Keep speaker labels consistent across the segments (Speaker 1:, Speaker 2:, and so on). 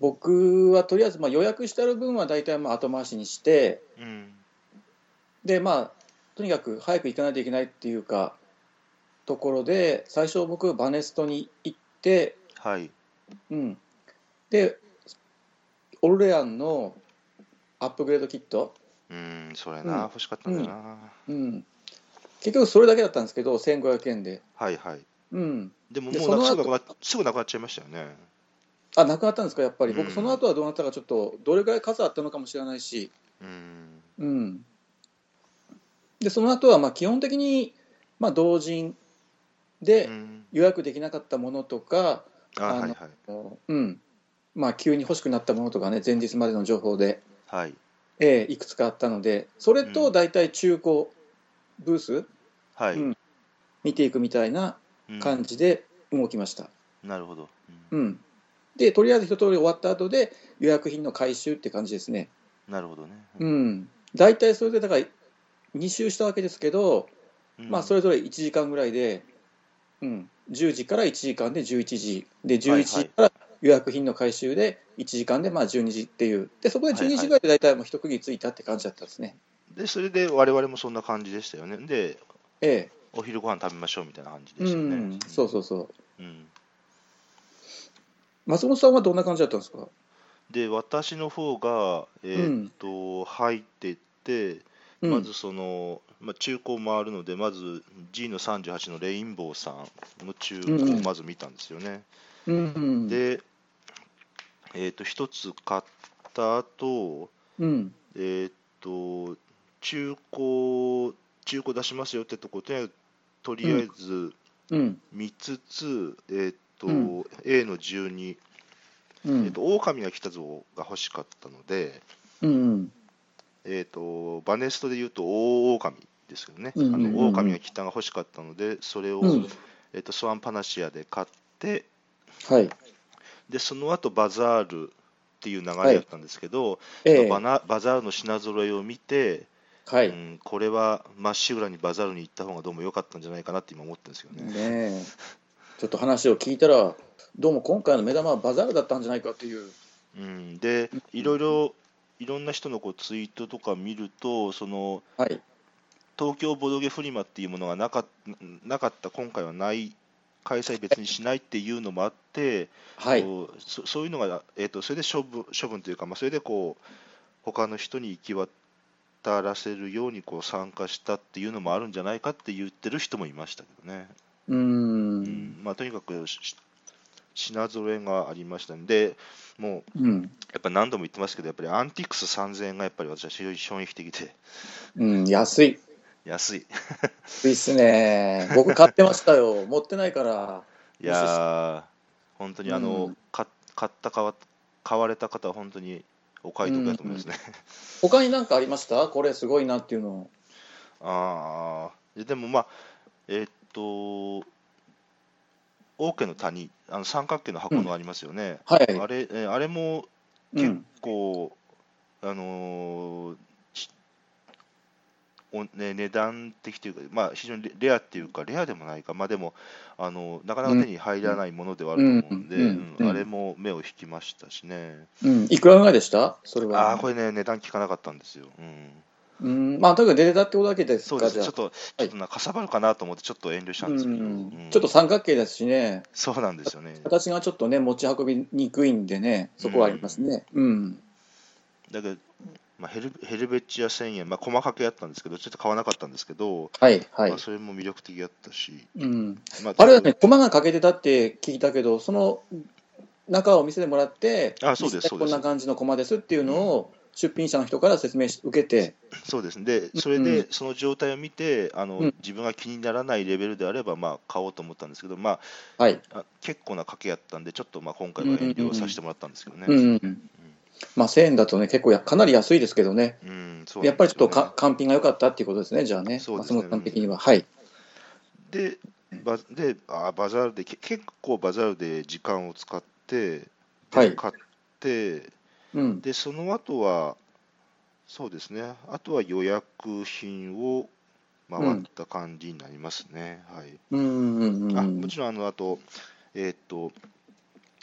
Speaker 1: 僕はとりあえずまあ予約してある分は大体まあ後回しにして
Speaker 2: うん
Speaker 1: でまあとにかく早く行かないといけないっていうかところで最初僕バネストに行って、
Speaker 2: はい
Speaker 1: うん、でオルレアンのアップグレードキット、
Speaker 2: うんそれな、
Speaker 1: うん
Speaker 2: 欲しかったんだよな、
Speaker 1: うん、結局それだけだったんですけど1500円で、
Speaker 2: はいはい
Speaker 1: うん、
Speaker 2: でも
Speaker 1: で
Speaker 2: もうなす
Speaker 1: そ
Speaker 2: ぐ
Speaker 1: の
Speaker 2: なくなすぐなくなっちゃいましたよね
Speaker 1: あなくなったんですかやっぱり
Speaker 2: う
Speaker 1: 僕
Speaker 2: ん
Speaker 1: その後はどうなったかちょっとどれぐらい数あったのかもしれないし
Speaker 2: うん
Speaker 1: うん、でその後はまあ基本的にまあ同人で
Speaker 2: うん
Speaker 1: 予約できなかったものとか、
Speaker 2: あ
Speaker 1: あの
Speaker 2: はいはい
Speaker 1: うんまあ、急に欲しくなったものとかね前日までの情報で、
Speaker 2: はい
Speaker 1: えーいくつかあったのでそれ
Speaker 2: う
Speaker 1: と
Speaker 2: ん
Speaker 1: 大体中古ブース
Speaker 2: はい、
Speaker 1: うん見ていくみたいな
Speaker 2: うん
Speaker 1: 感じで動きました。
Speaker 2: なるほど、
Speaker 1: う
Speaker 2: うん
Speaker 1: んでとりあえず一通り終わった後で予約品の回収って感じですね。
Speaker 2: なるほどね、
Speaker 1: うん、大体それでだから2周したわけですけど、
Speaker 2: うん
Speaker 1: まあそれぞれ1時間ぐらいで、うん、10時から1時間で11時で11時から予約品の回収で1時間でまあ12時っていうでそこで12時ぐらいで大体もう一区切りついたって感じだったんですね。
Speaker 2: でそれで我々もそんな感じでしたよねで
Speaker 1: え
Speaker 2: お昼ご飯食べましょうみたいな感じ
Speaker 1: え、
Speaker 2: でしたね、
Speaker 1: うん、そうそうそう
Speaker 2: う、ん、
Speaker 1: 松本さんはどんな感じだったんですか、
Speaker 2: で私の方がえーっと、入っていって
Speaker 1: うん、
Speaker 2: まずその、まあ、中古を回るのでまず G の38のレインボーさんの中古をまず見たんですよね、
Speaker 1: うん、うん、
Speaker 2: でえーっと一つ買った後
Speaker 1: うん、
Speaker 2: えーっと、中古、中古出しますよってとこ、とりあえずとりあえず
Speaker 1: うん、
Speaker 2: 見つつ、えーっと、
Speaker 1: うん
Speaker 2: A の12、
Speaker 1: う
Speaker 2: えーっ
Speaker 1: ん、
Speaker 2: と、狼が来たぞが欲しかったので、
Speaker 1: うん、
Speaker 2: えーっと、バネストで言うと、大狼ですけどね、あ
Speaker 1: うんうんうんうん
Speaker 2: の狼が来たが欲しかったので、それを、
Speaker 1: うん
Speaker 2: えーっと、スワンパナシアで買って、
Speaker 1: はい、
Speaker 2: で、その後バザールっていう流れだったんですけど、
Speaker 1: ええ、
Speaker 2: バ
Speaker 1: は
Speaker 2: ナバザールの品揃えを見て、
Speaker 1: い、
Speaker 2: う
Speaker 1: ね
Speaker 2: ん、これはまっしぐらにバザールに行った方がどうも良かったんじゃないかなって今思ってるんですけどね。
Speaker 1: え、ちょっと話を聞いたら、どうも今回の目玉はバザールだったんじゃないかという。
Speaker 2: うん、でいろいろいろんな人のこうツイートとか見るとその
Speaker 1: はい、
Speaker 2: 東京ボドゲフリマっていうものがなかななかった今回はない開催別にしないっていうのもあって、
Speaker 1: はい、
Speaker 2: こうそそういうのが、えー、とそれで処分処分というか、まあ、それでこう他の人に行き渡らせるようにこう参加したっていうのもあるんじゃないかって言ってる人もいましたけどね。
Speaker 1: うー
Speaker 2: うんん、まあ、とにかくしし品揃えがありましたんで、もう
Speaker 1: うん、
Speaker 2: やっぱ何度も言ってますけど、やっぱりアンティークス3000円がやっぱり私は非常に衝撃的で、
Speaker 1: うん、安い、
Speaker 2: 安い。
Speaker 1: 安いっすね、僕、買ってました よ、持ってないから、
Speaker 2: いやー、本当にあの、
Speaker 1: うん
Speaker 2: か買った買わ、買われた方は本当にお買い得だと思いますね。
Speaker 1: 他に何かありました、これすごいなっていうの、
Speaker 2: あーででもまあ、えーっと、王家の谷、あの三角形の箱のありますよね。
Speaker 1: はい、
Speaker 2: あれ、えーあれも
Speaker 1: う
Speaker 2: 結
Speaker 1: ん、
Speaker 2: 構、あのーしおね、値段的というか、まあ、非常にレレアっていうか、レアでもないか、まあ、でも、あのなかなか手に入らないものではあると思うんで、
Speaker 1: うん
Speaker 2: うん
Speaker 1: うん
Speaker 2: あれも目を引きましたしね、
Speaker 1: うん、いくらぐらいでした、それは。
Speaker 2: ああ、これね、値段聞かなかったんですよ、うん、
Speaker 1: うん、まあ、とにかく出てたってことだけです
Speaker 2: そう
Speaker 1: か、
Speaker 2: です
Speaker 1: じ
Speaker 2: ね、
Speaker 1: ゃ
Speaker 2: ちょ
Speaker 1: あ
Speaker 2: っ。と、ちょっとなかさばるかなと思って、ちょっと遠慮したん
Speaker 1: う
Speaker 2: ですけど、
Speaker 1: ん
Speaker 2: うん
Speaker 1: ちょっと三角形ですしね、
Speaker 2: そうなんですよね、
Speaker 1: 形がちょっとね、持ち運びにくいんでね、そこはありますね。うん、
Speaker 2: だけど、まあ、ヘルヘルベチア1000円、まあ、細かくやったんですけど、ちょっと買わなかったんですけど、
Speaker 1: はい、はい
Speaker 2: まあ、。それも魅力的だったし。
Speaker 1: うん、
Speaker 2: まあ、
Speaker 1: あれはね、駒が欠けてたって聞いたけど、その中を見せてもらって、
Speaker 2: あそうです
Speaker 1: 実際こん
Speaker 2: そう
Speaker 1: な
Speaker 2: です
Speaker 1: 感じの駒ですっていうのを出品者の人から説明し受けて、
Speaker 2: そうですね、でそれ
Speaker 1: う
Speaker 2: でその状態を見てあの、
Speaker 1: うん
Speaker 2: 自分が気にならないレベルであれば、まあ、買おうと思ったんですけど、ま
Speaker 1: はい
Speaker 2: あ、あ結構な賭けやったんで、ちょっとまあ今回は遠慮させてもらったんですけどね。
Speaker 1: うんうんまあ、1000円だとね、結構やかなり安いですけどね、
Speaker 2: うんそう
Speaker 1: や
Speaker 2: な
Speaker 1: っ
Speaker 2: ん
Speaker 1: ぱ
Speaker 2: で
Speaker 1: り
Speaker 2: す
Speaker 1: ちょっと
Speaker 2: よね
Speaker 1: か完品が良かったっていうことですね、じゃあね、
Speaker 2: そうです
Speaker 1: 松
Speaker 2: ね
Speaker 1: 本さん的には。はい、
Speaker 2: でバであバザールでけ結構バザールで時間を使って、で
Speaker 1: はい
Speaker 2: 買って
Speaker 1: うん、
Speaker 2: で、その後は、そうですね、あとは予約品を回った感じになりますね。はい
Speaker 1: うんうんうん
Speaker 2: あもちろんあのあと、えーっと、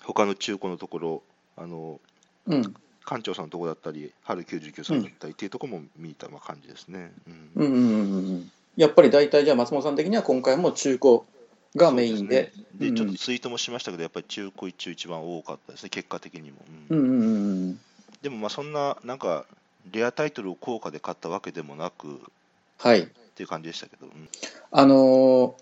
Speaker 2: 他の中古のところ、あの
Speaker 1: うん
Speaker 2: 館長さんのとこだったり、春99さんだったりっていうところも見たまあ感じですね。うん
Speaker 1: うんうんうんうんやっぱり大体じゃあ松本さん的には今回も中古がメインで。
Speaker 2: そうす
Speaker 1: う
Speaker 2: ねで、
Speaker 1: ん
Speaker 2: ちょっとツイートもしましたけど、やっぱり中古一中一番多かったですね、結果的にも。うん
Speaker 1: うんうんうん
Speaker 2: でも、まあそんな、なんか、レアタイトルを高価で買ったわけでもなくっ
Speaker 1: はい
Speaker 2: ていう感じでしたけど、うん
Speaker 1: あのー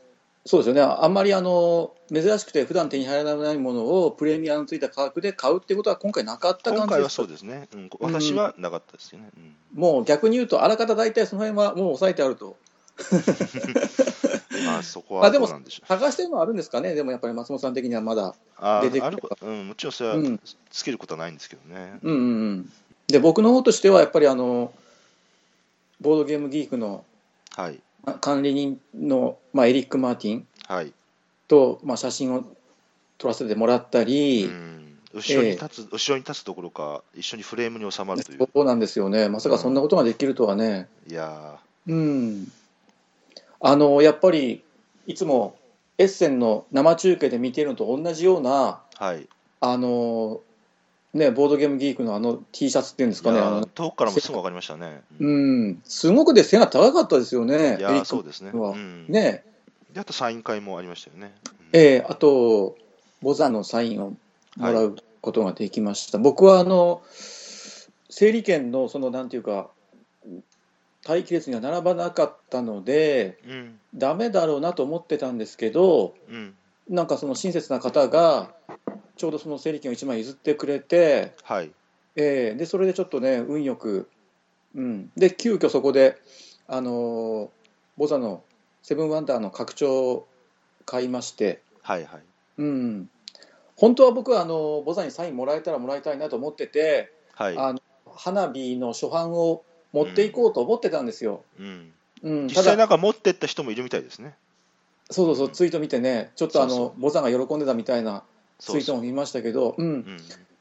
Speaker 1: そうですよねあんまり、あのー珍しくて普段手に入らないものをプレミアのついた価格で買うってことは今回なかった
Speaker 2: 今
Speaker 1: 感じ
Speaker 2: 回
Speaker 1: で
Speaker 2: は
Speaker 1: す
Speaker 2: そうですね、うん、私はなかったですよね。うん
Speaker 1: もう逆に言うとあらかた大体その辺はもう抑えてあると
Speaker 2: まあ、そこ
Speaker 1: ま
Speaker 2: は
Speaker 1: あで
Speaker 2: ど
Speaker 1: も
Speaker 2: うなんでしょう。
Speaker 1: 探してるのはあるんですかねでもやっぱり松本さん的にはまだ
Speaker 2: あ
Speaker 1: 出てく
Speaker 2: あ
Speaker 1: れば
Speaker 2: るこうん、もちろんそれは
Speaker 1: うん
Speaker 2: つけることはないんですけどね。
Speaker 1: うんうんうんで僕の方としてはやっぱりあのボードゲームギークの
Speaker 2: はい、
Speaker 1: あ管理人の、まあ、エリック・マーティン
Speaker 2: はい。
Speaker 1: と、まあ、写真を撮らせてもらったり、
Speaker 2: うん後ろに立つ、後ろに立つどころか、一緒にフレームに収まるという。
Speaker 1: そうなんですよねまさかそんなことができるとはね
Speaker 2: いや
Speaker 1: うんあのやっぱりいつもエッセンの生中継で見てるのと同じような
Speaker 2: ーはい。
Speaker 1: あのねボードゲームギークのあの T シャツっていうんですかね
Speaker 2: いや
Speaker 1: あ
Speaker 2: ー
Speaker 1: の
Speaker 2: 遠くからもすぐ分かりましたね。うん
Speaker 1: うんすごくで背が高かったですよね
Speaker 2: い
Speaker 1: エリ
Speaker 2: やー
Speaker 1: ッ
Speaker 2: そう
Speaker 1: ク
Speaker 2: ですね。
Speaker 1: は
Speaker 2: うん
Speaker 1: ね
Speaker 2: であとサイン会もありましたよね。うん
Speaker 1: ええあと、ボザのサインをもらうことができました。僕は、あの、整理券の、その、なんていうか、待機列には並ばなかったので、
Speaker 2: うん
Speaker 1: ダメだろうなと思ってたんですけど、
Speaker 2: うん
Speaker 1: なんかその親切な方が、ちょうどその整理券を1枚譲ってくれて、
Speaker 2: はい
Speaker 1: ええで、それでちょっとね、運よく、うん。で、急遽そこで、あのーボザのセブンワンダーの拡張を買いまして、
Speaker 2: はいはい。
Speaker 1: うん、本当は僕はあのボザにサインもらえたらもらいたいなと思ってて、
Speaker 2: はい
Speaker 1: あの花火の初版を持っていこうと思ってたんですよ。
Speaker 2: うん、
Speaker 1: うん
Speaker 2: 実
Speaker 1: た
Speaker 2: 際
Speaker 1: だ
Speaker 2: なんか持ってった人もいるみたいですね。
Speaker 1: そうそうそうツイート見てねちょっとあの
Speaker 2: そうそう
Speaker 1: ボザが喜んでたみたいなツ
Speaker 2: そ
Speaker 1: イ
Speaker 2: う
Speaker 1: ート
Speaker 2: そう
Speaker 1: も見ましたけど、うん、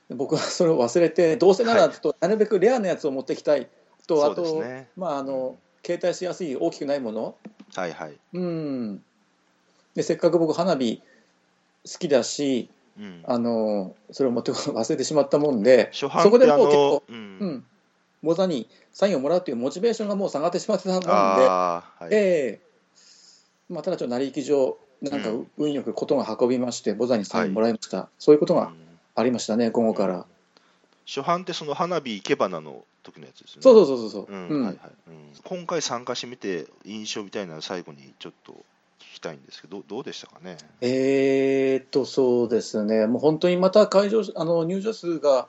Speaker 2: うん、
Speaker 1: 僕はそれを忘れてどうせな
Speaker 2: は
Speaker 1: ら
Speaker 2: い
Speaker 1: ちょっとなるべくレアなやつを持ってきたいと、
Speaker 2: そ
Speaker 1: あ
Speaker 2: うです
Speaker 1: と、
Speaker 2: ね。
Speaker 1: まあ、あの携帯しやすい大きくないもの、
Speaker 2: はいはい。
Speaker 1: うん、でせっかく僕花火好きだし
Speaker 2: うん、
Speaker 1: あのそれを持ってくるの忘れてしまったもんで
Speaker 2: 初版
Speaker 1: そこ
Speaker 2: っ
Speaker 1: で
Speaker 2: てあ
Speaker 1: もう結
Speaker 2: の
Speaker 1: 構、
Speaker 2: うん
Speaker 1: うん、ボザにサインをもらうというモチベーションがもう下がってしまってたもんで、
Speaker 2: ああ、はい
Speaker 1: ええまあ、ただちょっと成り行き上、なんか
Speaker 2: うん
Speaker 1: 運よくことが運びまして、ボザにサインもらいました、そういうこと
Speaker 2: う
Speaker 1: が
Speaker 2: ん
Speaker 1: ありましたね、午後から。
Speaker 2: 初版ってその花火生け花の時のやつですよね。
Speaker 1: そうそうそうそう、う
Speaker 2: うん
Speaker 1: ん
Speaker 2: はいはいうん、今回参加してみて印象みたいなのを最後にちょっと聞きたいんですけどどうでしたかね
Speaker 1: えーっと、そうですね、もう本当にまた会場あの入場数が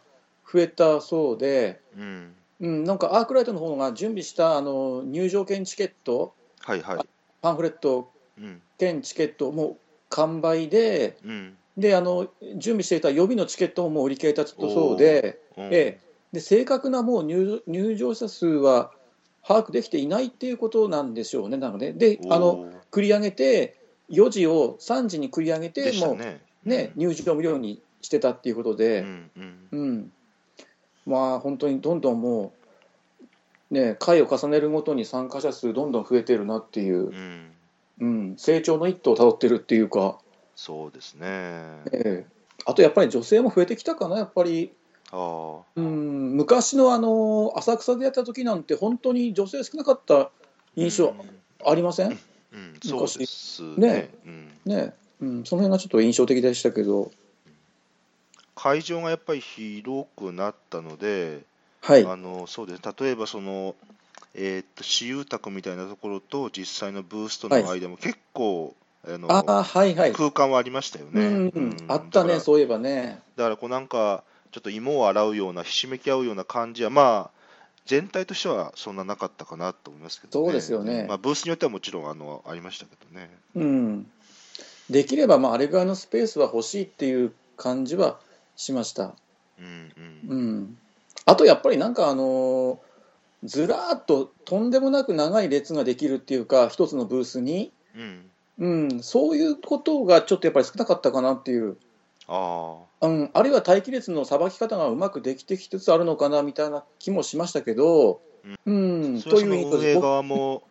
Speaker 1: 増えたそうで、
Speaker 2: うん
Speaker 1: うん、なんかアークライトの方が準備したあの入場券チケット、
Speaker 2: はいはい
Speaker 1: パンフレット
Speaker 2: うん
Speaker 1: 券チケットも完売で
Speaker 2: うん
Speaker 1: であの準備していた予備のチケットももう売り切れたそうで,、
Speaker 2: うん
Speaker 1: ええ、で正確なもう入入場者数は把握できていないっていうことなんでしょうね、なのでであの
Speaker 2: おー
Speaker 1: 繰り上げて4時を3時に繰り上げて
Speaker 2: でし
Speaker 1: も
Speaker 2: た
Speaker 1: う、ね
Speaker 2: ね。
Speaker 1: 入場無料にしてたっていうこと
Speaker 2: う
Speaker 1: で、
Speaker 2: んうん
Speaker 1: うんまあ、本当にどんどんもう、ね、回を重ねるごとに参加者数どんどん増えてるなっていう
Speaker 2: う、ん、
Speaker 1: うん、成長の一途をたどってるっていうか。
Speaker 2: そうですね。
Speaker 1: ええあとやっぱり女性も増えてきたかな、やっぱり、
Speaker 2: ああ、
Speaker 1: うん、昔のあの浅草でやった時なんて、本当に女性少なかった印象ありません、
Speaker 2: うん、うんそうですね
Speaker 1: ね
Speaker 2: うん。
Speaker 1: ねうん、その辺がちょっと印象的でしたけど、
Speaker 2: 会場がやっぱり広くなったので、
Speaker 1: はい、
Speaker 2: あのそうです例えばその、えーっと私有宅みたいなところと実際のブースとの間も結構、あの
Speaker 1: ああ、はいはい、
Speaker 2: 空間はありましたよ
Speaker 1: う
Speaker 2: ね。
Speaker 1: ん
Speaker 2: う
Speaker 1: うんん、あった
Speaker 2: だか
Speaker 1: ね、
Speaker 2: ら
Speaker 1: そういえばね、
Speaker 2: だからこうなんかちょっと芋を洗うようなひしめき合うような感じはまあ全体としてはそんななかったかなと思いますけど、ね、
Speaker 1: そうですよね
Speaker 2: まあ、ブースによってはもちろんあのありましたけどね
Speaker 1: うん、できればまああれぐらいのスペースは欲しいっていう感じはしました。
Speaker 2: うんうん
Speaker 1: うん、あとやっぱりなんかあのずらーっととんでもなく長い列ができるっていうか一つのブースに、
Speaker 2: うん
Speaker 1: うん、そういうことがちょっとやっぱり少なかったかなっていう、
Speaker 2: あ
Speaker 1: うん、あるいは待機列のさばき方がうまくできてきつつあるのかなみたいな気もしましたけど、うん
Speaker 2: あそれ
Speaker 1: と
Speaker 2: は
Speaker 1: いう意
Speaker 2: その
Speaker 1: 味
Speaker 2: 運営
Speaker 1: で僕
Speaker 2: 側も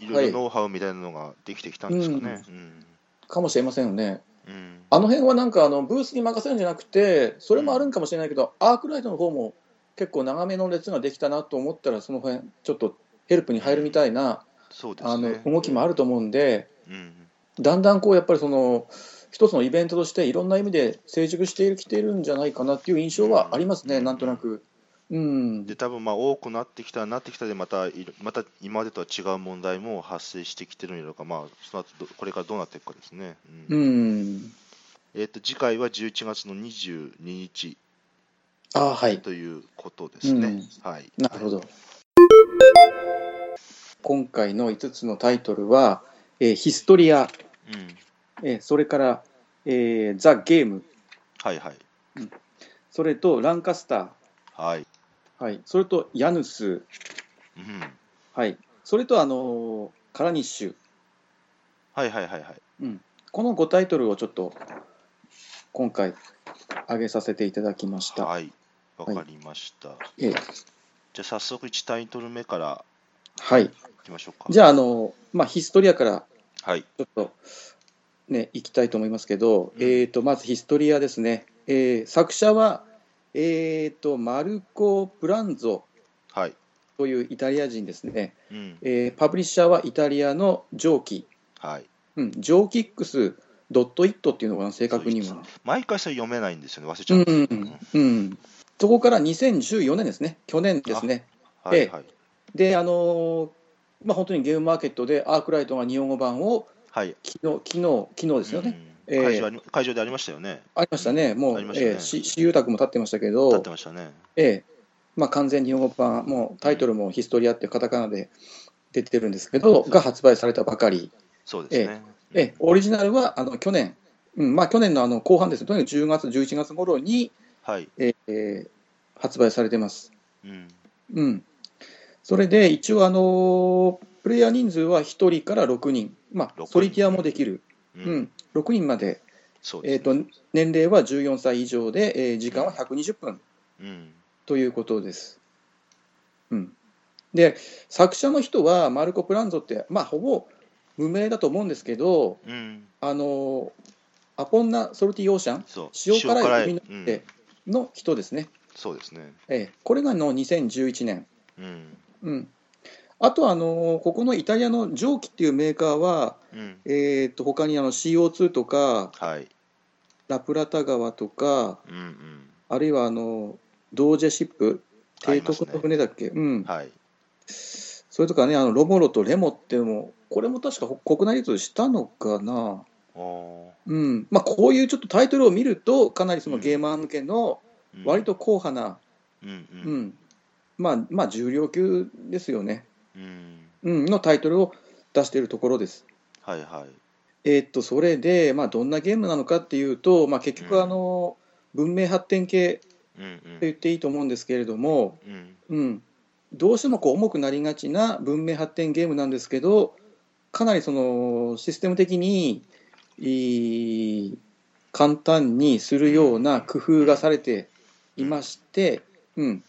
Speaker 2: いろ
Speaker 1: はいい
Speaker 2: ろノウハウみたいなのができてきたんですかね、うん
Speaker 1: かもしれませんよね。
Speaker 2: うん
Speaker 1: あの辺はなんかあのブースに任せるんじゃなくて、それもあるんかもしれないけど、アークライトの方も結構長めの列ができたなと思ったら、その辺ちょっとヘルプに入るみたいな、
Speaker 2: そうです
Speaker 1: あの
Speaker 2: ね。
Speaker 1: 動きもあると思うんで、
Speaker 2: うん
Speaker 1: だんだんこうやっぱりその一つのイベントとしていろんな意味で成熟しているきているんじゃないかなっていう印象はありますね、
Speaker 2: うん
Speaker 1: なんとなく。うん
Speaker 2: で、多分まあ多くなってきたらなってきたでまたいろまた今までとは違う問題も発生してきてるんやろうか、まあ、その後どこれからどうなっていくかですね。うん
Speaker 1: うん、
Speaker 2: えっと次回は11月の22日
Speaker 1: ああはい
Speaker 2: ということですね。はい、
Speaker 1: なるほど。今回の5つのタイトルは、えーヒストリア、
Speaker 2: うん、
Speaker 1: えーそれから、えーザ・ゲーム、
Speaker 2: はいはい
Speaker 1: それとランカスタ
Speaker 2: はい。
Speaker 1: ー、はい、それとヤヌス、
Speaker 2: うん、
Speaker 1: はい、それと、あのーカラニッシュ、
Speaker 2: はいはいはいはい。
Speaker 1: この5タイトルをちょっと今回、上げさせていただきました。
Speaker 2: はい。わかりました。
Speaker 1: えー
Speaker 2: じゃあ早速1タイトル目から
Speaker 1: はい、
Speaker 2: いきましょうか。
Speaker 1: じゃあ、あのーまあ、ヒストリアから
Speaker 2: はい。
Speaker 1: ちょっとね、行きたいと思いますけど、
Speaker 2: うん
Speaker 1: えー、とまずヒストリアですね、えー作者は、えー、とマルコ・プランゾ
Speaker 2: はい。
Speaker 1: というイタリア人ですね、
Speaker 2: うん。
Speaker 1: えーパブリッシャーはイタリアのジョーキ、
Speaker 2: はい。
Speaker 1: うん、ジョーキックス・ドット・イットっていうのかな、正確に
Speaker 2: そう
Speaker 1: は。
Speaker 2: 毎回それ読めないんですよね。忘れち
Speaker 1: う
Speaker 2: ゃうん
Speaker 1: ん
Speaker 2: ですよ。
Speaker 1: うんうん、そこから2014年ですね、去年ですね、
Speaker 2: はいはい。
Speaker 1: で、あのーまあ、本当にゲームマーケットでアークライトが日本語版を
Speaker 2: はい。
Speaker 1: 昨日昨日昨日ですよね、
Speaker 2: うん
Speaker 1: えー
Speaker 2: 会場あり会場でありましたよね。
Speaker 1: ありましたね、もう、
Speaker 2: ありましたね
Speaker 1: えー、し私有宅も立ってましたけど、
Speaker 2: 立ってましたね。
Speaker 1: ええまあ、完全日本語版、もうタイトルもヒストリアっていうカタカナで出てるんですけど、が発売されたばかり、
Speaker 2: そうですね。
Speaker 1: ええオリジナルはあの去年、うんまあ、去年のあの後半ですね、とにかく10月、11月頃に、
Speaker 2: はい。
Speaker 1: ええ発売されてます。
Speaker 2: うん。
Speaker 1: うん、それで一応、あのプレイヤー人数は1人から6人、ま
Speaker 2: 六
Speaker 1: あ、
Speaker 2: 人
Speaker 1: ソリティアもできる、
Speaker 2: う
Speaker 1: う。ん、6人まで、
Speaker 2: そう
Speaker 1: え
Speaker 2: で
Speaker 1: ー、
Speaker 2: すね。
Speaker 1: と年齢は14歳以上で、えー時間は120分。
Speaker 2: うん。
Speaker 1: ということです。うん、で作者の人はマルコ・プランゾって、まあ、ほぼ無名だと思うんですけど
Speaker 2: うん。
Speaker 1: あのアポンナ・ソルティ・オーシャン
Speaker 2: そう。
Speaker 1: 塩辛い海の
Speaker 2: う
Speaker 1: 手
Speaker 2: ん。
Speaker 1: の人ですね、
Speaker 2: そうですね。
Speaker 1: ええこれがの2011年、
Speaker 2: うん。
Speaker 1: うん、あとあのここのイタリアの蒸気っていうメーカーは、
Speaker 2: うん。
Speaker 1: えー、と他にあの CO2 とか
Speaker 2: はい。
Speaker 1: ラプラタ川とか
Speaker 2: うんうん。
Speaker 1: あるいはあのドージェシップ
Speaker 2: あり
Speaker 1: 提
Speaker 2: ます
Speaker 1: 督
Speaker 2: ね
Speaker 1: の船だっけ、うん、
Speaker 2: はい。
Speaker 1: それとかね、あのロモロとレモっていうのも、これも確かほ国内流通したのかな、
Speaker 2: おー
Speaker 1: うんまあ、こういうちょっとタイトルを見ると、かなりそのゲーマー向けの
Speaker 2: うん
Speaker 1: 割と硬派な、
Speaker 2: うん
Speaker 1: うん
Speaker 2: うん
Speaker 1: まあ、まあ、重量級ですよね、
Speaker 2: うん
Speaker 1: うん、のタイトルを出しているところです。
Speaker 2: はいはい
Speaker 1: えーっとそれで、まあ、どんなゲームなのかっていうと、まあ、結
Speaker 2: うん
Speaker 1: 局あの、文明発展系と
Speaker 2: うんうん
Speaker 1: 言っていいと思うんですけれども、
Speaker 2: うん
Speaker 1: うん、どうしてもこう重くなりがちな文明発展ゲームなんですけどかなりそのシステム的にいい簡単にするような工夫がされていまして、うん、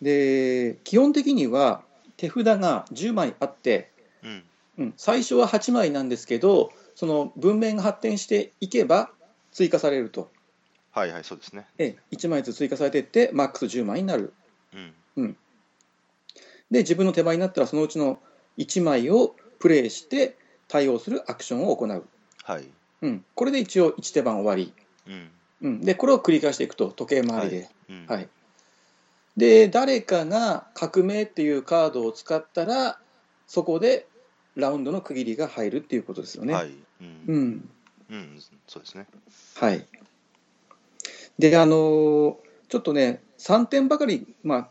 Speaker 1: で基本的には手札が10枚あって、
Speaker 2: うん
Speaker 1: うん、最初は8枚なんですけどその文明が発展していけば追加されると、
Speaker 2: はいはいそうですね
Speaker 1: え1枚ずつ追加されていってマックス10枚になる
Speaker 2: うん
Speaker 1: で自分の手前になったらそのうちの1枚をプレイして対応するアクションを行う、
Speaker 2: はい
Speaker 1: うん、これで一応1手番終わり、
Speaker 2: うん
Speaker 1: うん、でこれを繰り返していくと時計回りで、
Speaker 2: うん
Speaker 1: はいで誰かが革命っていうカードを使ったらそこでラウンドの区切りが入るっていうことですよね。
Speaker 2: はいうん
Speaker 1: う
Speaker 2: うん
Speaker 1: ん
Speaker 2: そうですね
Speaker 1: はい、であのーちょっとね3点ばかり、まあ、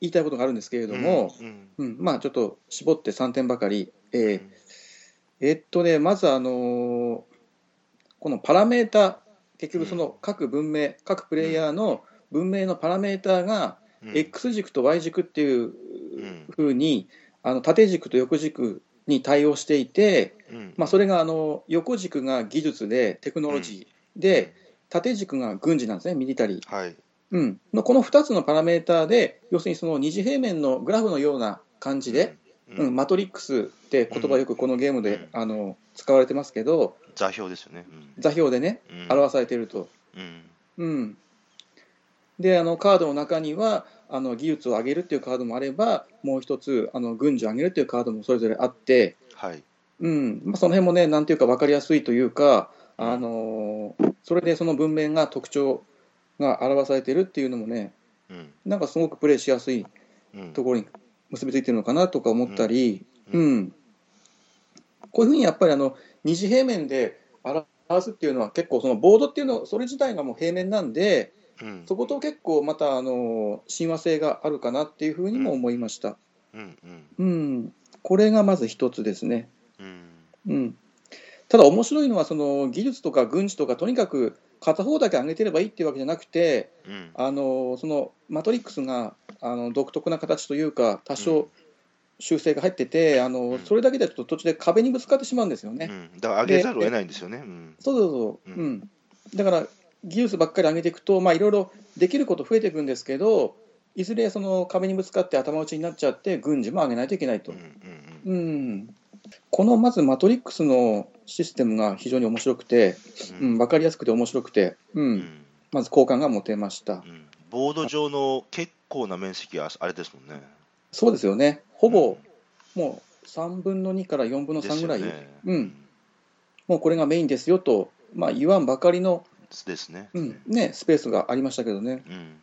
Speaker 1: 言いたいことがあるんですけれども、
Speaker 2: うん
Speaker 1: うんまあ、ちょっと絞って3点ばかり、え
Speaker 2: う
Speaker 1: ー
Speaker 2: ん
Speaker 1: えっとね、まず、あのーこのパラメータ、結局、その各文明、各プレイヤーの文明のパラメータが、
Speaker 2: うん
Speaker 1: X 軸と Y 軸っていう
Speaker 2: うん
Speaker 1: ふうに、あの縦軸と横軸に対応していて、
Speaker 2: うん
Speaker 1: まあ、それがあの横軸が技術で、テクノロジーで、縦軸が軍事なんですね、ミリタリー。
Speaker 2: はい
Speaker 1: うん、のこの2つのパラメータで、要するにその二次平面のグラフのような感じで、
Speaker 2: う
Speaker 1: うん、
Speaker 2: ん
Speaker 1: マトリックスって言葉よくこのゲームで、あの使われてますけど、
Speaker 2: 座標ですよね。うん
Speaker 1: 座標でね
Speaker 2: うん
Speaker 1: 表されていると、
Speaker 2: うん
Speaker 1: うん、であのカードの中にはあの技術を上げるっていうカードもあればもう一つあの軍事を上げるっていうカードもそれぞれあって、
Speaker 2: はい。
Speaker 1: うんまあ、その辺もねなんていうか分かりやすいというか、あのーそれでその文面が特徴が表されているっていうのもね
Speaker 2: うん
Speaker 1: なんかすごくプレイしやすい
Speaker 2: うん
Speaker 1: ところに結びついてるのかなとか思ったり、
Speaker 2: う
Speaker 1: うんんこういうふうにやっぱりあの二次平面で表すっていうのは結構そのボードっていうのそれ自体がもう平面なんで
Speaker 2: うん
Speaker 1: そこと結構またあの親和性があるかなっていうふうにも思いました。
Speaker 2: うんう
Speaker 1: う
Speaker 2: ん
Speaker 1: ん、これがまず一つですね。
Speaker 2: うん
Speaker 1: うん、ただ面白いのはその技術とか軍事とかとにかく片方だけ上げてればいいっていうわけじゃなくて
Speaker 2: うん
Speaker 1: あのそのマトリックスがあの独特な形というか多少修正が入ってて、あ
Speaker 2: う
Speaker 1: の
Speaker 2: ん
Speaker 1: それだけではちょっと途中で壁にぶつかってしまうんですよ
Speaker 2: う
Speaker 1: ね。
Speaker 2: んだから上げざるを得ないんですよね。うん
Speaker 1: そうそうそう、
Speaker 2: う
Speaker 1: うんんだから技術ばっかり上げていくとまあいろいろできること増えていくんですけどいずれその壁にぶつかって頭打ちになっちゃって軍事も上げないといけないと
Speaker 2: うんう。ん
Speaker 1: うん、このまずマトリックスのシステムが非常に面白くて、
Speaker 2: う
Speaker 1: うんん、分かりやすくて面白くて、うん
Speaker 2: うんうん
Speaker 1: まず好感が持てました、
Speaker 2: うんボード上の結構な面積はあれですもんね。
Speaker 1: そうですよねほ
Speaker 2: うん
Speaker 1: ぼもう3分の2から4分の3ぐらい、
Speaker 2: ですよね
Speaker 1: うんもうこれがメインですよと、まあ、言わんばかりの、
Speaker 2: ですね。
Speaker 1: うんね、スペースがありましたけどね
Speaker 2: うん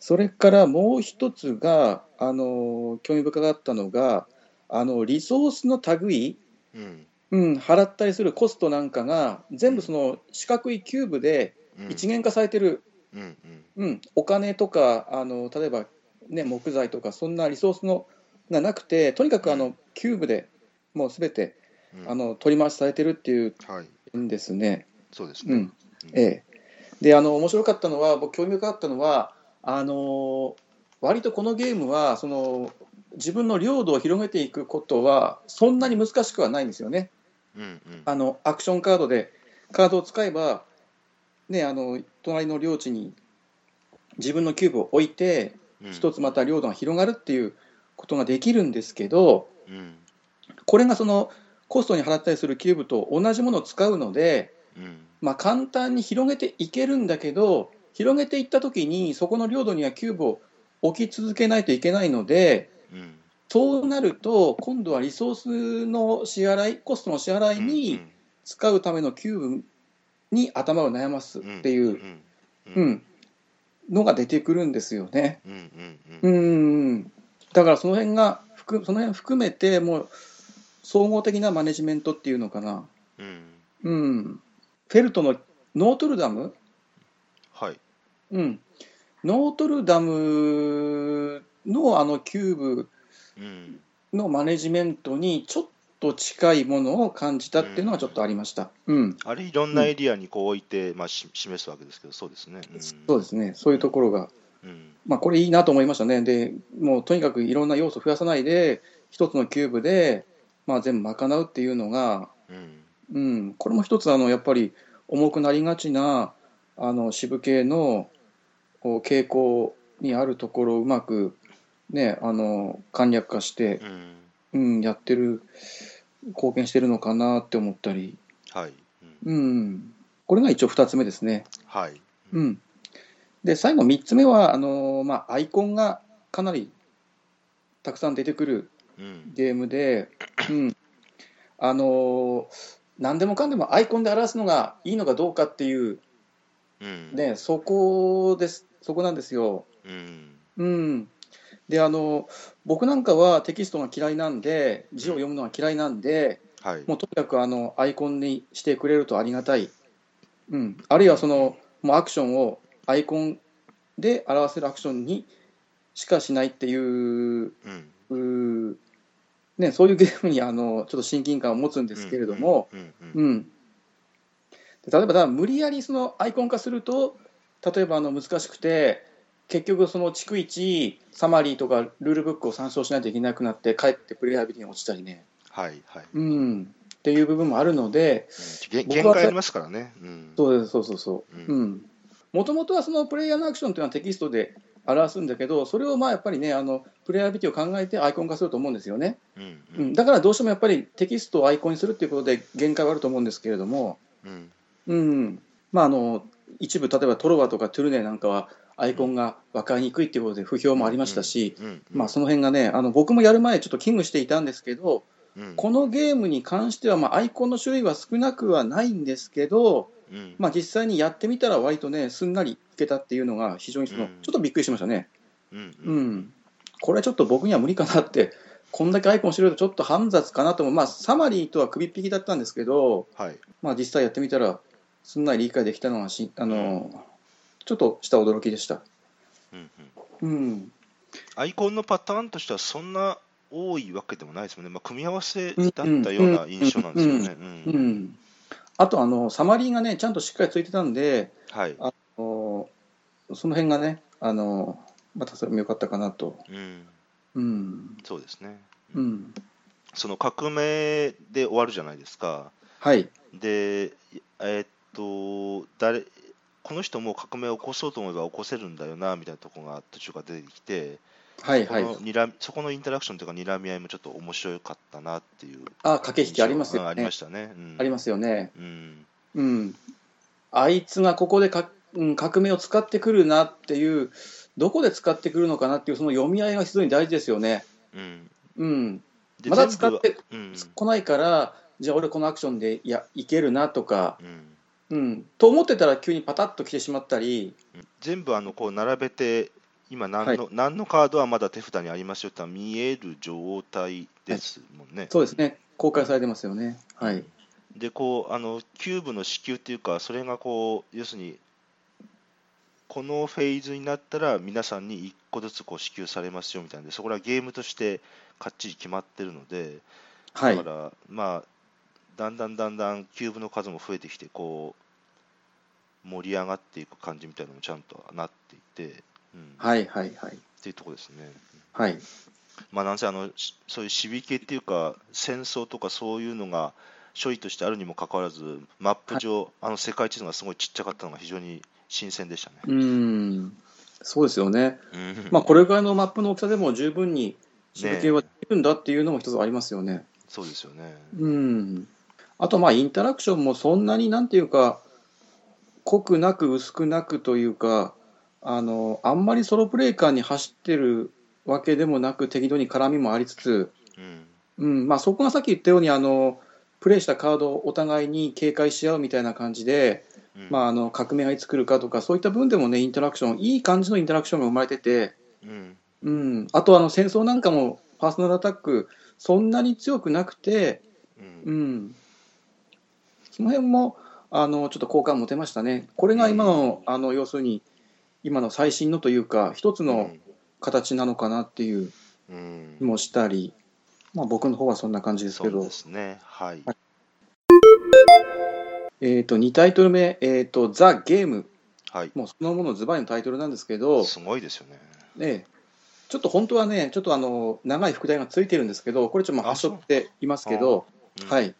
Speaker 1: それからもう一つが、あのー興味深かったのがあのリソースの類
Speaker 2: うん
Speaker 1: うん、払ったりするコストなんかが全部その四角いキューブで
Speaker 2: うん
Speaker 1: 一元化されてる、
Speaker 2: うんうん
Speaker 1: うん、お金とかあの例えば、ね、木材とかそんなリソースのがなくてとにかくあのキューブでもうすべて
Speaker 2: うん
Speaker 1: あの取り回しされてるっていう
Speaker 2: はい
Speaker 1: んですね。
Speaker 2: そうです
Speaker 1: う
Speaker 2: ね
Speaker 1: ん。ええ、であの面白かったのは僕興味深かったのはあのー割とこのゲームはその自分の領土を広げていくことはそんなに難しくはないんですよね。
Speaker 2: うんうん
Speaker 1: あのアクションカードでカードを使えば、ね、あの隣の領地に自分のキューブを置いて
Speaker 2: うん
Speaker 1: 一つまた領土が広がるっていうことができるんですけど
Speaker 2: うん
Speaker 1: これがそのコストに払ったりするキューブと同じものを使うので、
Speaker 2: うん
Speaker 1: まあ、簡単に広げていけるんだけど広げていった時にそこの領土にはキューブを置き続けないといけないので
Speaker 2: うん
Speaker 1: そうなると今度はリソースの支払いコストの支払いに、使うためのキューブに頭を悩ますってい
Speaker 2: う
Speaker 1: う、
Speaker 2: んうんう
Speaker 1: うんん、のが出てくるんですよね。
Speaker 2: うんうんう
Speaker 1: うんんだからその辺が含その辺含めてもう総合的なマネジメントっていうのかな、
Speaker 2: うん
Speaker 1: うん、フェルトのノートルダム、
Speaker 2: はい
Speaker 1: うん、ノートルダムのあのキューブ
Speaker 2: うん
Speaker 1: のマネジメントにちょっと近いものを感じたっていうのはちょっとありました。うん、
Speaker 2: あれいろんなエリアにこう置いてまあし示すわけですけどそうですねうん
Speaker 1: そうですねそういうところが
Speaker 2: うん
Speaker 1: まあ、これいいなと思いましたね。で、もうとにかくいろんな要素増やさないで、一つのキューブで、まあ、全部賄うっていうのが、
Speaker 2: うん
Speaker 1: うん、これも一つ、あの、やっぱり重くなりがちな、あの、渋系のこう傾向にあるところをうまく、ね、あの、簡略化して、
Speaker 2: うん
Speaker 1: うん、やってる、貢献してるのかなって思ったり、
Speaker 2: はいうん
Speaker 1: うん、これが一応二つ目ですね。
Speaker 2: はい
Speaker 1: うん、で最後3つ目はあのーまあ、アイコンがかなりたくさん出てくる
Speaker 2: うん
Speaker 1: ゲームで、うんあのー何でもかんでもアイコンで表すのがいいのかどうかっていう、
Speaker 2: うん
Speaker 1: ね、そこですそこなんですよ。
Speaker 2: うん
Speaker 1: うん、であのー僕なんかはテキストが嫌いなんで字を読むのが嫌いなんで
Speaker 2: はい
Speaker 1: もうとにかくあのアイコンにしてくれるとありがたい、うん、あるいはそのもうアクションをアイコンで表せるアクションにしかしないっていう
Speaker 2: うん
Speaker 1: うーね、そういうゲームにあのちょっと親近感を持つんですけれども、
Speaker 2: うんうん
Speaker 1: うんで例えばだから無理やりそのアイコン化すると例えばあの難しくて結局その逐一サマリーとかルールブックを参照しないといけなくなってかえってプレイアビリティに落ちたりね、
Speaker 2: はいはいうん
Speaker 1: うん、っていう部分もあるので、
Speaker 2: 限
Speaker 1: 僕は
Speaker 2: 限界ありますからねうん
Speaker 1: そうですそうそうそうう。
Speaker 2: ん
Speaker 1: うん。もともとはそのプレイヤーのアクションというのはテキストで表すんだけど、それをまあやっぱりね、あのプレイアビリティを考えてアイコン化すると思うんですよね。
Speaker 2: うんう
Speaker 1: うんん、だからどうしてもやっぱりテキストをアイコンにするっていうことで限界はあると思うんですけれども、
Speaker 2: うん
Speaker 1: うんまあ、あの一部、例えばトロワとかトゥルネなんかはアイコンが分かりにくいっていうことで不評もありましたし、
Speaker 2: うんうん
Speaker 1: まあ、その辺がね、あの僕もやる前、ちょっと危惧していたんですけど、
Speaker 2: うん
Speaker 1: このゲームに関しては、まあ、アイコンの種類は少なくはないんですけど、
Speaker 2: うん
Speaker 1: まあ、実際にやってみたら、割とね、すんなりいけたっていうのが、非常にその、
Speaker 2: うん
Speaker 1: ちょっとびっくりしましたね。
Speaker 2: うん
Speaker 1: う
Speaker 2: うん
Speaker 1: ん、これはちょっと僕には無理かなって、こんだけアイコンしてると、ちょっと煩雑かなとも、まあ、サマリーとは首っ引きだったんですけど、
Speaker 2: はい
Speaker 1: まあ、実際やってみたら、すんなり理解できたのはし、あのちょっとした驚きでした。
Speaker 2: うんうん
Speaker 1: うん、
Speaker 2: アイコンのパターンとしてはそんな多いわけでもないですもんね、まあ、組み合わせだったような印象なんですよね。
Speaker 1: う
Speaker 2: うん
Speaker 1: ん、あとあの、サマリーがね、ちゃんとしっかりついてたんで、
Speaker 2: はい、
Speaker 1: あのその辺がね、あのまたそれも良かったかなと。
Speaker 2: うん、
Speaker 1: うん、
Speaker 2: そうですね。
Speaker 1: うん、
Speaker 2: その革命で終わるじゃないですか。
Speaker 1: はい、
Speaker 2: で、えーっと誰、この人もう革命を起こそうと思えば起こせるんだよなみたいなところが途中から出てきて、
Speaker 1: はい、はい
Speaker 2: こ。のにらみそこのインタラクションというか、睨み合いもちょっと面白かったなっていう、
Speaker 1: あ、駆け引きあります
Speaker 2: うんあ
Speaker 1: よ
Speaker 2: り
Speaker 1: ね
Speaker 2: ま。したね。うん
Speaker 1: ありますよね。
Speaker 2: うん
Speaker 1: うん、あいつがここでか、うん、革命を使ってくるなっていう、どこで使ってくるのかなっていう、その読み合いが非常に大事ですよね。
Speaker 2: うん、
Speaker 1: うん、
Speaker 2: で
Speaker 1: まだ
Speaker 2: 全
Speaker 1: 使
Speaker 2: 部
Speaker 1: って
Speaker 2: うん
Speaker 1: こないから、じゃあ俺このアクションでいやいけるなとか、
Speaker 2: うん
Speaker 1: うん、と思ってたら急にパタッと来てしまったり、
Speaker 2: 全部あのこう並べて、今何の、何のカードはまだ手札にありますよってのは見える状態ですもんね。
Speaker 1: そうですね、公開されてますよね。はい、
Speaker 2: でこうあのキューブの支給っていうか、それがこう要するに、このフェーズになったら皆さんに1個ずつこう支給されますよみたいなんで、そこらゲームとしてかっちり決まってるので、
Speaker 1: は
Speaker 2: だ
Speaker 1: い、
Speaker 2: から、まあ、だんだんだんだんキューブの数も増えてきて、こう盛り上がっていく感じみたいなのもちゃんとなっていて。うん
Speaker 1: はい、はい、はい。
Speaker 2: っていうところですね。
Speaker 1: はい、
Speaker 2: まあ、なんせあのしそういうシビ系っていうか戦争とかそういうのが処理としてあるにもかかわらずマップ上、あの世界地図がすごいちっちゃかったのが非常に新鮮でしたね。
Speaker 1: うん、そうですよね。
Speaker 2: うん
Speaker 1: まあ、これぐらいのマップの大きさでも十分に、
Speaker 2: ね
Speaker 1: 集計はできるんだっていうのも一つありますよね。
Speaker 2: そうですよね。
Speaker 1: うん、あとまあインタラクションもそんなになんていうか濃くなく薄くなくというかあのあんまりソロプレイ感に走ってるわけでもなく適度に絡みもありつつ、
Speaker 2: うん
Speaker 1: うんまあ、そこがさっき言ったようにあのプレイしたカードをお互いに警戒し合うみたいな感じで、
Speaker 2: うん
Speaker 1: まあ、あの革命がいつ来るかとかそういった分でもねインタラクションいい感じのインタラクションが生まれてて。
Speaker 2: うん
Speaker 1: うん、あとあの戦争なんかもパーソナルアタックそんなに強くなくて、
Speaker 2: うん
Speaker 1: うん、その辺もあのちょっと好感持てましたね、これが今の,、あの要するに今の最新のというか、一つの形なのかなっていう
Speaker 2: うん
Speaker 1: 気もしたり、まあ、僕の方はそんな感じです
Speaker 2: そ
Speaker 1: け
Speaker 2: う
Speaker 1: ど
Speaker 2: で、すね。はい。
Speaker 1: えー、と2タイトル目、えーと、ザ・ゲーム、
Speaker 2: はい。
Speaker 1: もうそのものズバリのタイトルなんですけど、
Speaker 2: すごいですよね。
Speaker 1: ね、ちょっと本当はね、ちょっとあの長い副題がついてるんですけど、これちょっとまあ
Speaker 2: あ
Speaker 1: 端折っていますけど。
Speaker 2: うん
Speaker 1: はい。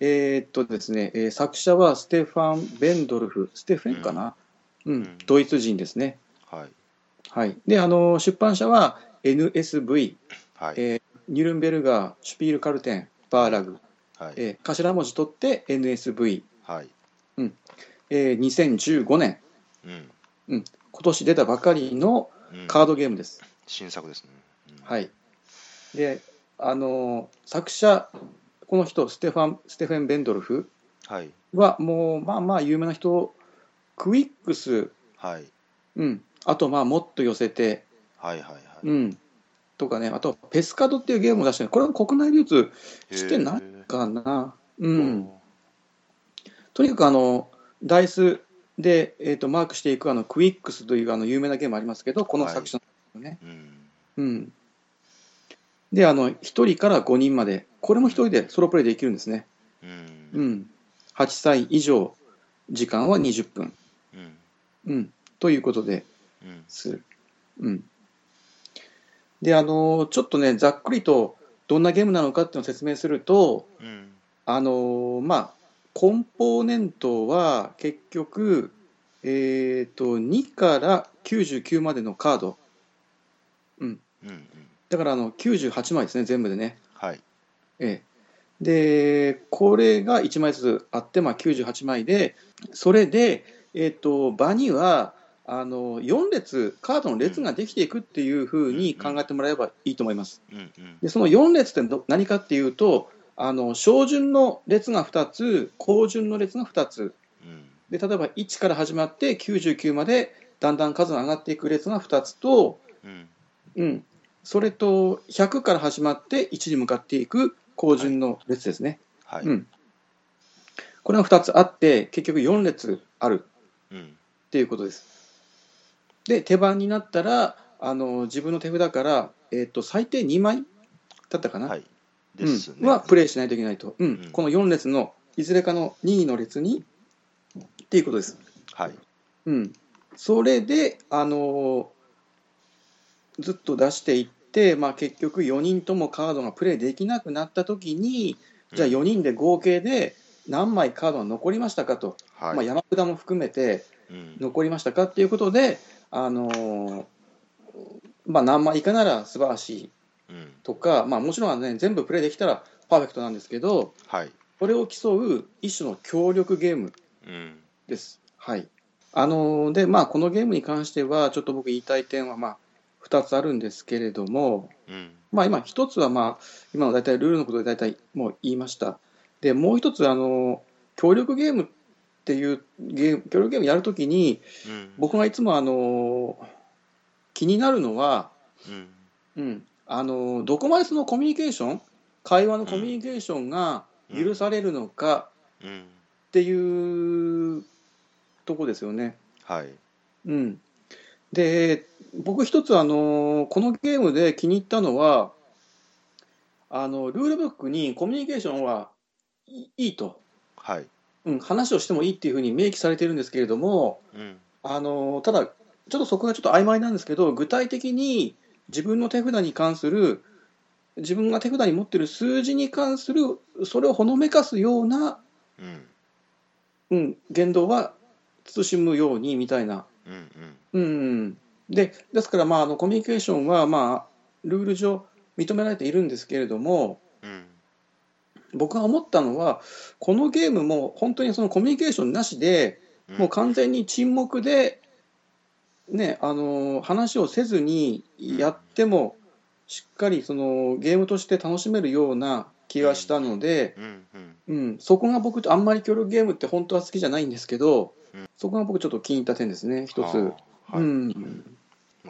Speaker 1: えーっとですね、えー作者はステファン・ベンドルフ、ステフェンかな、うん
Speaker 2: うん
Speaker 1: ドイツ人ですね。
Speaker 2: はい。
Speaker 1: はい、であの、出版社は NSV、
Speaker 2: はい。
Speaker 1: えーニュルンベルガー、シュピール・カルテン、バーラグ、
Speaker 2: はい。
Speaker 1: えー頭文字取って NSV、
Speaker 2: はい。
Speaker 1: えー2015年、
Speaker 2: うん。
Speaker 1: 今年出たばかりの
Speaker 2: うん
Speaker 1: カードゲームです。
Speaker 2: 新作ですね。。
Speaker 1: はいい、であの作者、この人ステファン、ステフェン・ベンドルフ、
Speaker 2: はい。
Speaker 1: はもうまあまあ有名な人クイックス、
Speaker 2: はい。
Speaker 1: うん、あとまあもっと寄せて、
Speaker 2: はい。はい。はい。
Speaker 1: うん、とかねあとペスカドっていうゲームを出してるこれも国内流通知ってない
Speaker 2: へ
Speaker 1: かな、う
Speaker 2: ー
Speaker 1: ん、とにかくあのダイスで、えー、とマークしていくあのクイックスというあの有名なゲームありますけどこの作者のね、
Speaker 2: うん。
Speaker 1: うん、であの1人から5人までこれも1人でソロプレイできるんですね、
Speaker 2: うん
Speaker 1: う。ん、8歳以上時間は20分、
Speaker 2: うん
Speaker 1: うん、ということで
Speaker 2: うん
Speaker 1: する。うん、であのちょっとねざっくりとどんなゲームなのかっていうのを説明すると
Speaker 2: うん
Speaker 1: あのまあコンポーネントは結局、えー、と2から99までのカード
Speaker 2: うんうん、
Speaker 1: だからあの98枚ですね全部でね、
Speaker 2: はい、
Speaker 1: ええ、でこれが1枚ずつあって、まあ、98枚でそれで、えー、と場にはあの4列カードの列ができていくっていうふうに考えてもらえばいいと思います。
Speaker 2: うんうん、
Speaker 1: でその4列ってど何かっていうとあの小順の列が2つ後順の列が2つ
Speaker 2: うん、
Speaker 1: で例えば1から始まって99までだんだん数が上がっていく列が2つと、
Speaker 2: うん、
Speaker 1: うん、それと100から始まって1に向かっていく後順の列ですね、
Speaker 2: はい、
Speaker 1: うん、これが2つあって結局4列ある
Speaker 2: うん、
Speaker 1: っていうことです。で手番になったらあの自分の手札から、えっと最低2枚だったかな、
Speaker 2: はい、ですね。
Speaker 1: うん、はプレイしないといけないと、うん
Speaker 2: うん
Speaker 1: この4列のいずれかの2位の列にっていうことです。
Speaker 2: はい、
Speaker 1: うん、それで、あのーずっと出していって、まあ、結局4人ともカードがプレイできなくなった時にじゃあ
Speaker 2: うん
Speaker 1: 4人で合計で何枚カードが残りましたかと、
Speaker 2: はい、
Speaker 1: まあ、山札も含めて
Speaker 2: うん、
Speaker 1: 残りましたかっていうことで、あのーまあ、何枚以下なら素晴らしい
Speaker 2: うん、
Speaker 1: とか、まあ、もちろん、ね、全部プレイできたらパーフェクトなんですけど
Speaker 2: はい、
Speaker 1: これを競う一種の協力ゲーム
Speaker 2: うん、
Speaker 1: です。はいあのーでまあ、このゲームに関してはちょっと僕言いたい点は、まあ、2つあるんですけれども、
Speaker 2: うん、
Speaker 1: まあ、今1つは、まあ、今の大体ルールのことで大体もう言いましたでもう1つ、あのー協力ゲームっていうゲーム協力ゲームやるときに
Speaker 2: うん、
Speaker 1: 僕がいつも、あのー気になるのは、
Speaker 2: うん、
Speaker 1: うんあのーどこまでそのコミュニケーション会話のコミュニケーションが許されるのか
Speaker 2: うん、
Speaker 1: っていうとこですよね。
Speaker 2: はい、
Speaker 1: うん、で僕一つあのこのゲームで気に入ったのはあのルールブックにコミュニケーションはいいいと、
Speaker 2: はい、
Speaker 1: うん、話をしてもいいっていうふうに明記されてるんですけれども
Speaker 2: うん、
Speaker 1: あのただちょっとそこがちょっと曖昧なんですけど具体的に自分の手札に関する自分が手札に持ってる数字に関するそれをほのめかすような、
Speaker 2: うん、
Speaker 1: うん、言動は慎むようにみたいな
Speaker 2: うん、
Speaker 1: うん、でですから、まあ、あのコミュニケーションは、まあ、ルール上認められているんですけれども
Speaker 2: うん、うん、
Speaker 1: 僕が思ったのはこのゲームも本当にそのコミュニケーションなしで
Speaker 2: うん
Speaker 1: もう完全に沈黙で、ね、あの話をせずにやってもしっかりそのゲームとして楽しめるような気がしたので、
Speaker 2: うん、うん、
Speaker 1: うん、そこが僕あんまり協力ゲームって本当は好きじゃないんですけどそこが僕ちょっと気に入った点ですね一つ。
Speaker 2: あー。は
Speaker 1: う
Speaker 2: い、
Speaker 1: ん、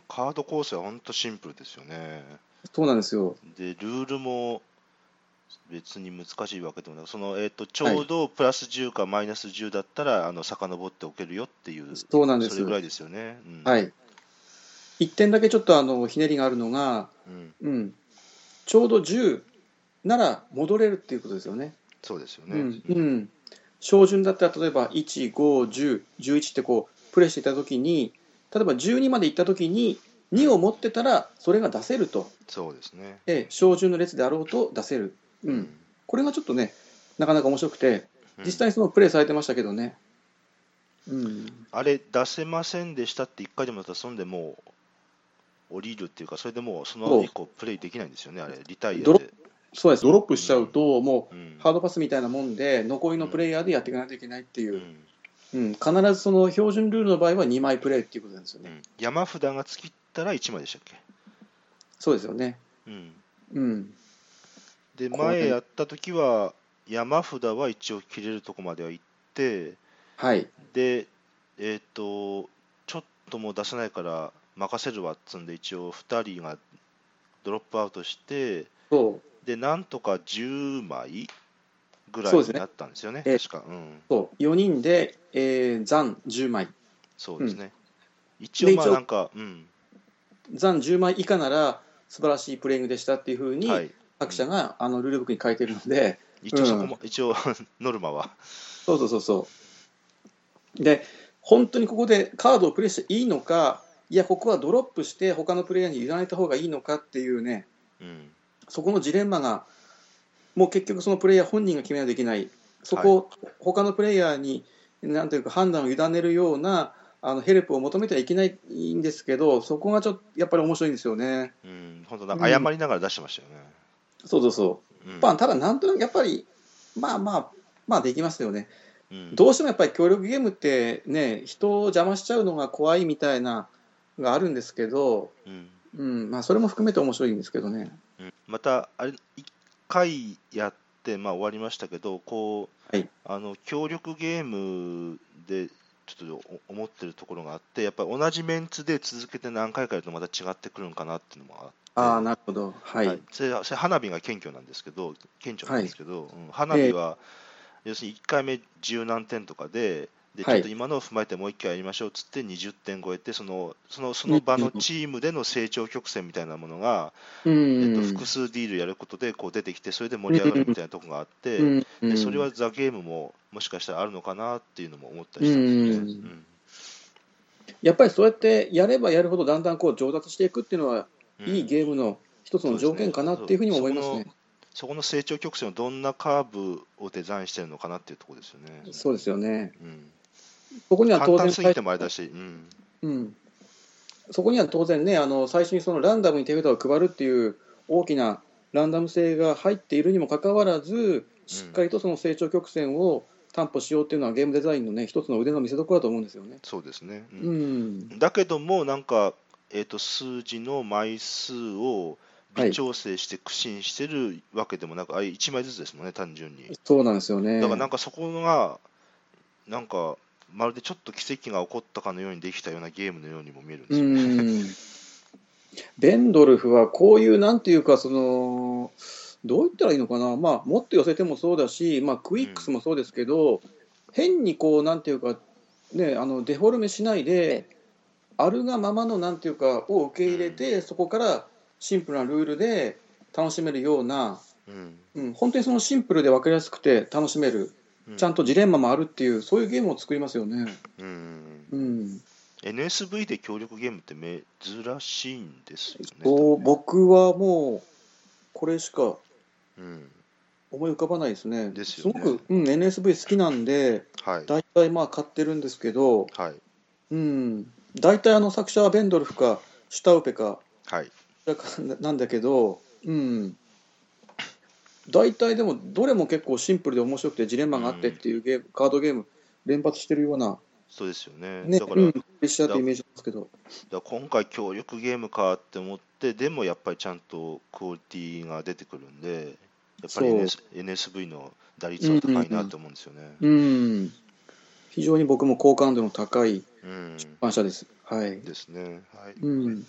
Speaker 2: カード構成は本当シンプルですよね。
Speaker 1: そうなんですよ。
Speaker 2: で、ルールも別に難しいわけでもなく、その、えっ、と、ちょうどプラス10かマイナス10だったら、あの、遡っておけるよっていう、そ
Speaker 1: そうなんです
Speaker 2: れぐらいですよね。うん、。
Speaker 1: はいい。一点だけちょっとあのひねりがあるのが、
Speaker 2: うん、
Speaker 1: うん、ちょうど10なら戻れるっていうことですよね。
Speaker 2: そうですよね。
Speaker 1: うん、うん。照準だったら例えば1、5、10、11ってこうプレイしていたときに、例えば12まで行ったときに2を持ってたらそれが出せると、
Speaker 2: そうですね。
Speaker 1: ええ、照準の列であろうと出せる。う。
Speaker 2: うん
Speaker 1: これがちょっとね、なかなか面白くて、
Speaker 2: うん
Speaker 1: 実際にそのプレイされてましたけどね。うん。
Speaker 2: あれ出せませんでしたって一回でも出すんでもう降りるっていうかそれでもうその以降プレイできないんですよねあれリタイア
Speaker 1: ドロ
Speaker 2: で、
Speaker 1: そうです。ドロップしちゃうともう
Speaker 2: うん
Speaker 1: ハードパスみたいなもんで残りのプレイヤーでやっていかないといけないっていうう、
Speaker 2: ん
Speaker 1: うん、必ずその標準ルールの場合は2枚プレイっていうことなんですよ
Speaker 2: う
Speaker 1: ね、
Speaker 2: ん山札が尽きたら1枚でしたっ
Speaker 1: そうですよね、
Speaker 2: け、うん、
Speaker 1: うん、
Speaker 2: で
Speaker 1: これ
Speaker 2: 前やった時は山札は一応切れるとこまでは行って
Speaker 1: はい、
Speaker 2: でえっ、とちょっともう出せないから任せるわっつんで一応2人がドロップアウトして
Speaker 1: そう、
Speaker 2: でなんとか10枚ぐらい
Speaker 1: そうです
Speaker 2: に
Speaker 1: ね
Speaker 2: なったんですよね
Speaker 1: ええ
Speaker 2: 確か、うん、
Speaker 1: そう4人で、えー、残10枚、
Speaker 2: そうですね。一応
Speaker 1: で
Speaker 2: まあ
Speaker 1: 一応
Speaker 2: なんか、うん、
Speaker 1: 残10枚以下なら素晴らしいプレイングでしたっていうふうに
Speaker 2: はい。
Speaker 1: 作者があのルールブックに書いてるので、
Speaker 2: 一応そこも、一応 ノルマは、
Speaker 1: そうそうそうそう。で、本当にここでカードをプレイしていいのか、いや、ここはドロップして、他のプレイヤーに委ねた方がいいのかっていうね、
Speaker 2: うん、
Speaker 1: そこのジレンマが、もう結局そのプレイヤー本人が決めないといけない、そこを他のプレイヤーに、なんというか判断を委ねるようなあのヘルプを求めてはいけないんですけど、そこがちょっとやっぱり面白いんですよね。
Speaker 2: うん、本当なんか謝りながら出してましたよね。
Speaker 1: そうそうそうう。
Speaker 2: ん
Speaker 1: まあ、ただ、なんとなくやっぱり、まあまあ、まあできますよね。
Speaker 2: うん
Speaker 1: どうしてもやっぱり協力ゲームってね、人を邪魔しちゃうのが怖いみたいなのがあるんですけど、
Speaker 2: うん
Speaker 1: うん、まあ、それも含めて面白いんですけどね。
Speaker 2: うんまたあれ一回やって、まあ、終わりましたけどこう、
Speaker 1: はい
Speaker 2: あの協力ゲームでちょっとお思ってるところがあってやっぱり同じメンツで続けて何回かやるとまた違ってくるんかなっていうのもあって
Speaker 1: ああ、なるほど。はい。
Speaker 2: はいそれそれ花火が謙虚なんですけど顕著なんですけど、うん花火は、要するに1回目十何点とかででち
Speaker 1: はい
Speaker 2: ょっと今のを踏まえてもう1回やりましょうっつって20点超えてそのそのその場のチームでの成長曲線みたいなものが、
Speaker 1: う
Speaker 2: えっ
Speaker 1: ん。
Speaker 2: と、複数ディールやることでこう出てきてそれで盛り上がるみたいなとこがあって、
Speaker 1: うん
Speaker 2: でそれはザ・ゲームももしかしたらあるのかなっていうのも思ったりしたんですよね。
Speaker 1: うんやっぱりそうやってやればやるほどだんだんこう上達していくっていうのは、
Speaker 2: うん
Speaker 1: いいゲームの一つの条件かなっていうふうにも思いますね。
Speaker 2: そこの成長曲線をどんなカーブをデザインしてるのかなっていうところですよね。
Speaker 1: そうですよね。
Speaker 2: うん
Speaker 1: そこには
Speaker 2: 簡
Speaker 1: 当
Speaker 2: 単
Speaker 1: 然
Speaker 2: すぎてもあれだし、うん
Speaker 1: うん、そこには当然ね、あの最初にそのランダムに手札を配るっていう大きなランダム性が入っているにもかかわらず、しっかりとその成長曲線を担保しようっていうのはゲームデザインのね、一つの腕の見せ所だと思うんですよね。
Speaker 2: そうですね。うん
Speaker 1: うん、
Speaker 2: だけども、なんか、えー、と数字の枚数を微調整して苦心してるわけでもなく、あれ1枚ずつですもんね、単純に。
Speaker 1: そうなんですよね。
Speaker 2: だからなんかそこが、なんか、まるでちょっと奇跡が起こったかのようにできたようなゲームのようにも見えるんで
Speaker 1: う
Speaker 2: すよ。
Speaker 1: ん、ベンドルフはこういうなんていうかそのどう言ったらいいのかな、まあ、もっと寄せてもそうだし、まあ、クイックスもそうですけど、変にこうなんていうか、ね、あのデフォルメしないであるがままのなんていうかを受け入れて、そこからシンプルなルールで楽しめるような、
Speaker 2: うん
Speaker 1: うん、本当にそのシンプルで分かりやすくて楽しめる
Speaker 2: うん
Speaker 1: ちゃんとジレンマもあるっていうそういうゲームを作りますよね。
Speaker 2: うん
Speaker 1: うん、
Speaker 2: NSV で協力ゲームって珍しいんですよね。
Speaker 1: そう僕はもうこれしか
Speaker 2: うん
Speaker 1: 思い浮かばないですね。
Speaker 2: ですよね
Speaker 1: すごく、うん、NSV 好きなんで、
Speaker 2: はい
Speaker 1: 大体まあ買ってるんですけど、
Speaker 2: はい
Speaker 1: うん、大体あの作者はベンドルフかシュタウペか
Speaker 2: はい
Speaker 1: だかなんだけど、うん、大体でもどれも結構シンプルで面白くてジレンマがあってっていうゲーム、カードゲーム連発してるような、
Speaker 2: そうですよね。
Speaker 1: ね、
Speaker 2: だか
Speaker 1: う
Speaker 2: ら
Speaker 1: ん、プレッシャーってイメージなんですけど、
Speaker 2: だから今回協力ゲームかって思ってでもやっぱりちゃんとクオリティが出てくるんでやっぱり
Speaker 1: そう
Speaker 2: NS NSV の打率は高いなと思うんですよね。
Speaker 1: うん、非常に僕も好感度の高い
Speaker 2: うん
Speaker 1: 出版社です。はい。
Speaker 2: ですね。はい、
Speaker 1: うん、